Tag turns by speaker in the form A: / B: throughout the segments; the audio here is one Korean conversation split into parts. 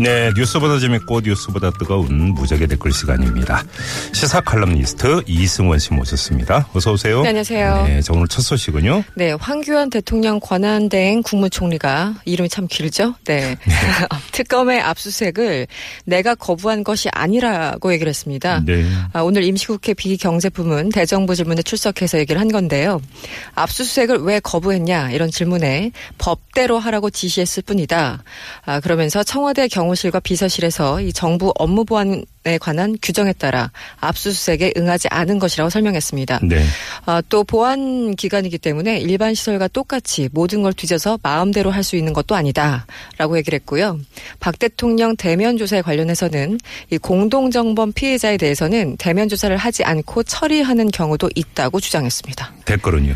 A: 네, 뉴스보다 재밌고 뉴스보다 뜨거운 무적의 댓글 시간입니다. 시사 칼럼니스트 이승원 씨 모셨습니다. 어서 오세요.
B: 네, 안녕하세요.
A: 네, 자, 오늘 첫 소식은요.
B: 네, 황교안 대통령 권한대행 국무총리가 이름이 참 길죠? 네. 특검의 압수수색을 내가 거부한 것이 아니라고 얘기를 했습니다.
A: 네.
B: 아, 오늘 임시국회 비경제부문 대정부 질문에 출석해서 얘기를 한 건데요. 압수수색을 왜 거부했냐 이런 질문에 법대로 하라고 지시했을 뿐이다. 아, 그러면서 청와대 경호실과 비서실에서 이 정부 업무 보안에 관한 규정에 따라 압수수색에 응하지 않은 것이라고 설명했습니다.
A: 네.
B: 아, 또 보안 기간이기 때문에 일반 시설과 똑같이 모든 걸 뒤져서 마음대로 할 수 있는 것도 아니다라고 얘기를 했고요. 박 대통령 대면 조사에 관련해서는 이 공동정범 피해자에 대해서는 대면 조사를 하지 않고 처리하는 경우도 있다고 주장했습니다.
A: 댓글은요.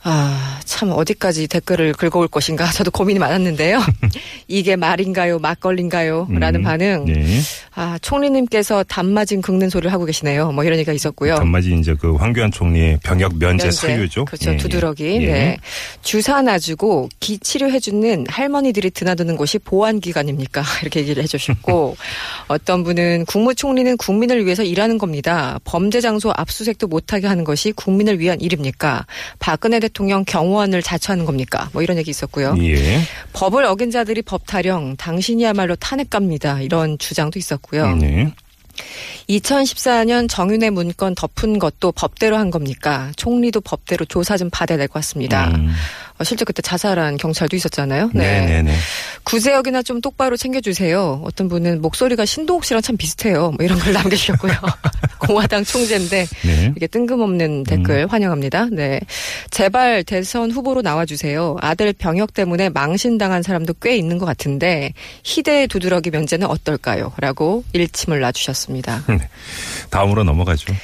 B: 아, 참 어디까지 댓글을 긁어올 것인가 저도 고민이 많았는데요. 이게 말인가요, 막걸리인가요? 라는
A: 음,
B: 반응.
A: 네.
B: 아, 총리님께서 단마진 긁는 소리를 하고 계시네요. 뭐 이런 얘기가 있었고요.
A: 단마지 이제 그 황교안 총리의 병역 면제,
B: 면제.
A: 사유죠.
B: 그렇죠.
A: 예, 예.
B: 두드러기.
A: 예.
B: 네. 주사 놔주고 기 치료해주는 할머니들이 드나드는 곳이 보안기관입니까? 이렇게 얘기를 해주셨고 어떤 분은 국무총리는 국민을 위해서 일하는 겁니다. 범죄 장소 압수색도 못하게 하는 것이 국민을 위한 일입니까? 박근혜 대통령 경호원을 자처하는 겁니까? 뭐 이런 얘기 있었고요.
A: 예.
B: 법을 어긴 자들이 법 타령, 당신이야말로 탄핵갑니다. 이런 주장도 있었고요.
A: 네.
B: 2014년 정윤회 문건 덮은 것도 법대로 한 겁니까? 총리도 법대로 조사 좀 받아야 될 것 같습니다.
A: 음,
B: 어, 실제 그때 자살한 경찰도 있었잖아요.
A: 네, 네, 네.
B: 구제역이나 좀 똑바로 챙겨주세요. 어떤 분은 목소리가 신동욱 씨랑 참 비슷해요. 뭐 이런 걸 남기셨고요. 공화당 총재인데
A: 네.
B: 이게 뜬금없는 댓글
A: 음.
B: 환영합니다. 네. 제발 대선 후보로 나와주세요. 아들 병역 때문에 망신당한 사람도 꽤 있는 것 같은데 희대의 두드러기 면제는 어떨까요? 라고 일침을 놔주셨습니다.
A: 다음으로 넘어가죠.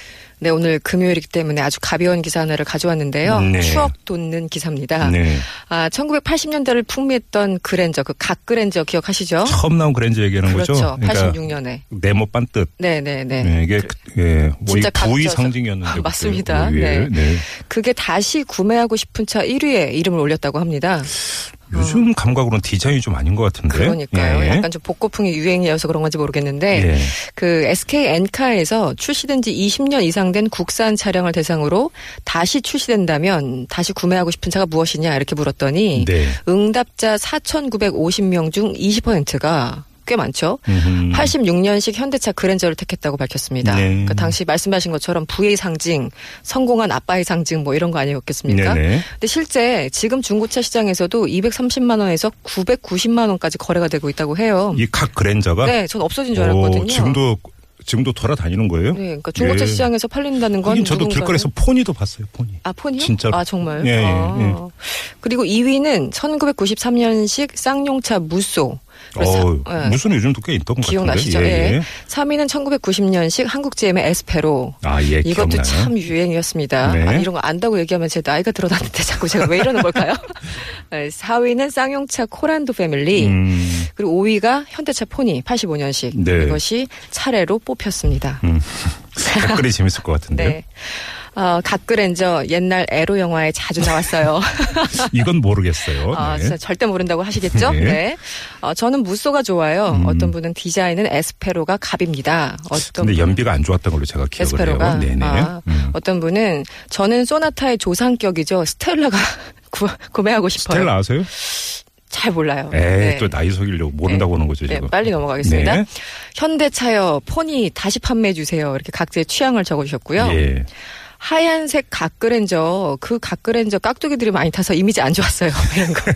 B: 네, 오늘 금요일이기 때문에 아주 가벼운 기사 하나를 가져왔는데요.
A: 네.
B: 추억 돋는 기사입니다.
A: 네.
B: 아, 1980년대를 풍미했던 그랜저, 그 각 그랜저 기억하시죠?
A: 처음 나온 그랜저 얘기하는
B: 어? 그렇죠.
A: 거죠. 그러니까
B: 86년에.
A: 네모 반뜻.
B: 네, 네, 네.
A: 네, 이게 그, 예, 뭐
B: 진짜
A: 이 부위
B: 각져서.
A: 상징이었는데 그때
B: 맞습니다.
A: 의외에.
B: 네.
A: 네.
B: 그게 다시 구매하고 싶은 차 1위에 이름을 올렸다고 합니다.
A: 요즘 감각으로는 디자인이 좀 아닌 것 같은데.
B: 음. 그러니까요.
A: 예.
B: 약간 좀 복고풍이 유행이어서 그런 건지 모르겠는데
A: 예.
B: 그 SK 엔카에서 출시된 지 20년 이상 된 국산 차량을 대상으로 다시 출시된다면 다시 구매하고 싶은 차가 무엇이냐 이렇게 물었더니
A: 네.
B: 응답자 4,950명 중 20%가 꽤 많죠.
A: 음.
B: 86년식 현대차 그랜저를 택했다고 밝혔습니다.
A: 네.
B: 그 당시 말씀하신 것처럼 부의 상징, 성공한 아빠의 상징 뭐 이런 거 아니었겠습니까?
A: 네네.
B: 근데 실제 지금 중고차 시장에서도 230만 원에서 990만 원까지 거래가 되고 있다고 해요.
A: 이 각 그랜저가
B: 음. 네, 전 없어진 줄
A: 오,
B: 알았거든요.
A: 지금도 지금도 돌아다니는 거예요?
B: 네, 그러니까 중고차
A: 예.
B: 시장에서 팔린다는 건
A: 하긴 저도
B: 누군가는-
A: 길거리에서 포니도 봤어요. 포니.
B: 아 폰이요?
A: 진짜로.
B: 아 정말.
A: 예, 예,
B: 아.
A: 예.
B: 그리고 2위는 1993년식 쌍용차 무쏘. 그리고 사-
A: 어,
B: 예.
A: 무슨 요즘도 꽤 있던 것 같은데.
B: 기억나시죠?
A: 예, 예.
B: 예. 3위는 1990년식 한국 GM의 에스페로.
A: 아, 예,
B: 이것도
A: 기억나요.
B: 참 유행이었습니다.
A: 네.
B: 아, 이런 거 안다고 얘기하면 제 나이가 들어났는데 자꾸 제가 왜 이러는 걸까요? 네, 4위는 쌍용차 코란도 패밀리.
A: 음,
B: 그리고 5위가 현대차 포니 85년식.
A: 네. 음.
B: 이것이 차례로 뽑혔습니다.
A: 댓글이 어, 재밌을 것 같은데.
B: 네. 어, 각그랜저 옛날 에로 영화에 자주 나왔어요.
A: 이건 모르겠어요.
B: 아,
A: 네.
B: 진짜 절대 모른다고 하시겠죠?
A: 네.
B: 네. 어, 저는 무쏘가 좋아요.
A: 음.
B: 어떤 분은 디자인은 에스페로가 갑입니다. 어떤
A: 근데
B: 분은
A: 연비가 안 좋았던 걸로 제가 기억을
B: 에스페로가
A: 해요. 네네.
B: 아,
A: 음.
B: 어떤 분은 저는 소나타의 조상격이죠. 스텔라가 구, 구매하고 싶어요.
A: 스텔라 아세요?
B: 잘 몰라요.
A: 에이,
B: 네.
A: 또 나이 속이려고 모른다고 하는 거죠,
B: 네,
A: 지금.
B: 빨리 넘어가겠습니다.
A: 네.
B: 현대차요 폰이 다시 판매해 주세요. 이렇게 각자의 취향을 적어주셨고요.
A: 예.
B: 하얀색 각그랜저 그 각그랜저 깍두기들이 많이 타서 이미지 안 좋았어요 이런 거.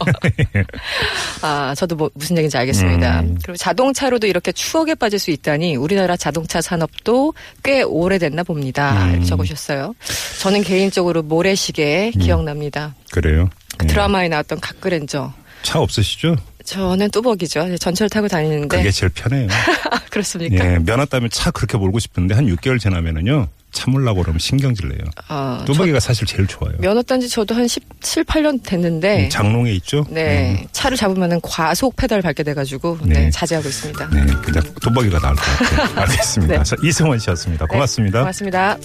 B: 아 저도 뭐 무슨 얘기인지 알겠습니다.
A: 음.
B: 그리고 자동차로도 이렇게 추억에 빠질 수 있다니 우리나라 자동차 산업도 꽤 오래됐나 봅니다.
A: 음.
B: 이렇게 적으셨어요. 저는 개인적으로 모래시계
A: 음.
B: 기억납니다.
A: 그래요.
B: 그
A: 예.
B: 드라마에 나왔던 각그랜저.
A: 차 없으시죠?
B: 저는 뚜벅이죠. 전철 타고 다니는데 아,
A: 그게 제일 편해요.
B: 습니까
A: 예, 면허 따면 차 그렇게 몰고 싶은데 한 6개월 지나면은요 참으려고 그러면 신경질 내요.
B: 아, 저-
A: 뚜벅이가 사실 제일 좋아요. 음,
B: 면허 딴지 저도 한 17, 8년 됐는데
A: 장롱에 있죠.
B: 네, 차를 잡으면은 과속 페달 밟게 돼가지고 네,
A: 네.
B: 자제하고 있습니다.
A: 네, 그냥 뚜벅이가 나을 것 같아요. 알겠습니다.
B: 네.
A: 자, 이승원 씨였습니다. 고맙습니다.
B: 고맙습니다.